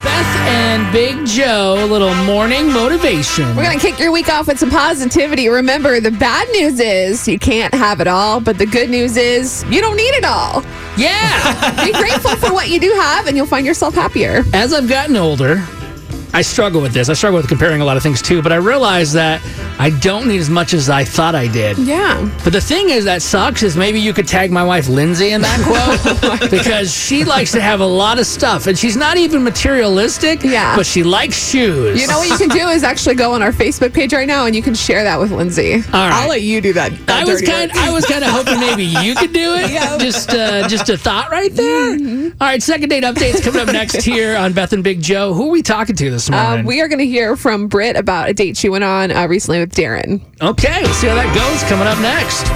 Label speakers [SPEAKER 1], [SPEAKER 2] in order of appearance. [SPEAKER 1] Beth and Big Joe, a little morning motivation.
[SPEAKER 2] We're going to kick your week off with some positivity. Remember, the bad news is you can't have it all, but the good news is you don't need it all.
[SPEAKER 1] Yeah.
[SPEAKER 2] Be grateful for what you do have, and you'll find yourself happier.
[SPEAKER 1] As I've gotten older, I struggle with this. I struggle with comparing a lot of things too, but I realize that I don't need as much as I thought I did.
[SPEAKER 2] Yeah.
[SPEAKER 1] But the thing is that sucks is maybe you could tag my wife Lindsay in that quote because she likes to have a lot of stuff and she's not even materialistic,
[SPEAKER 2] Yeah.
[SPEAKER 1] but she likes shoes.
[SPEAKER 2] You know what you can do is actually go on our Facebook page right now, and you can share that with Lindsay.
[SPEAKER 1] All right.
[SPEAKER 2] I'll let you do that. that
[SPEAKER 1] I was
[SPEAKER 2] dirty
[SPEAKER 1] kind.
[SPEAKER 2] work.
[SPEAKER 1] I was kind of hoping maybe you could do it. Just, uh, just a thought right there.
[SPEAKER 2] Mm-hmm.
[SPEAKER 1] All right, second date updates coming up next here on Beth and Big Joe. Who are we talking to this morning?
[SPEAKER 2] Um, we are going to hear from Britt about a date she went on uh, recently with Darren.
[SPEAKER 1] Okay, we'll see how that goes coming up next.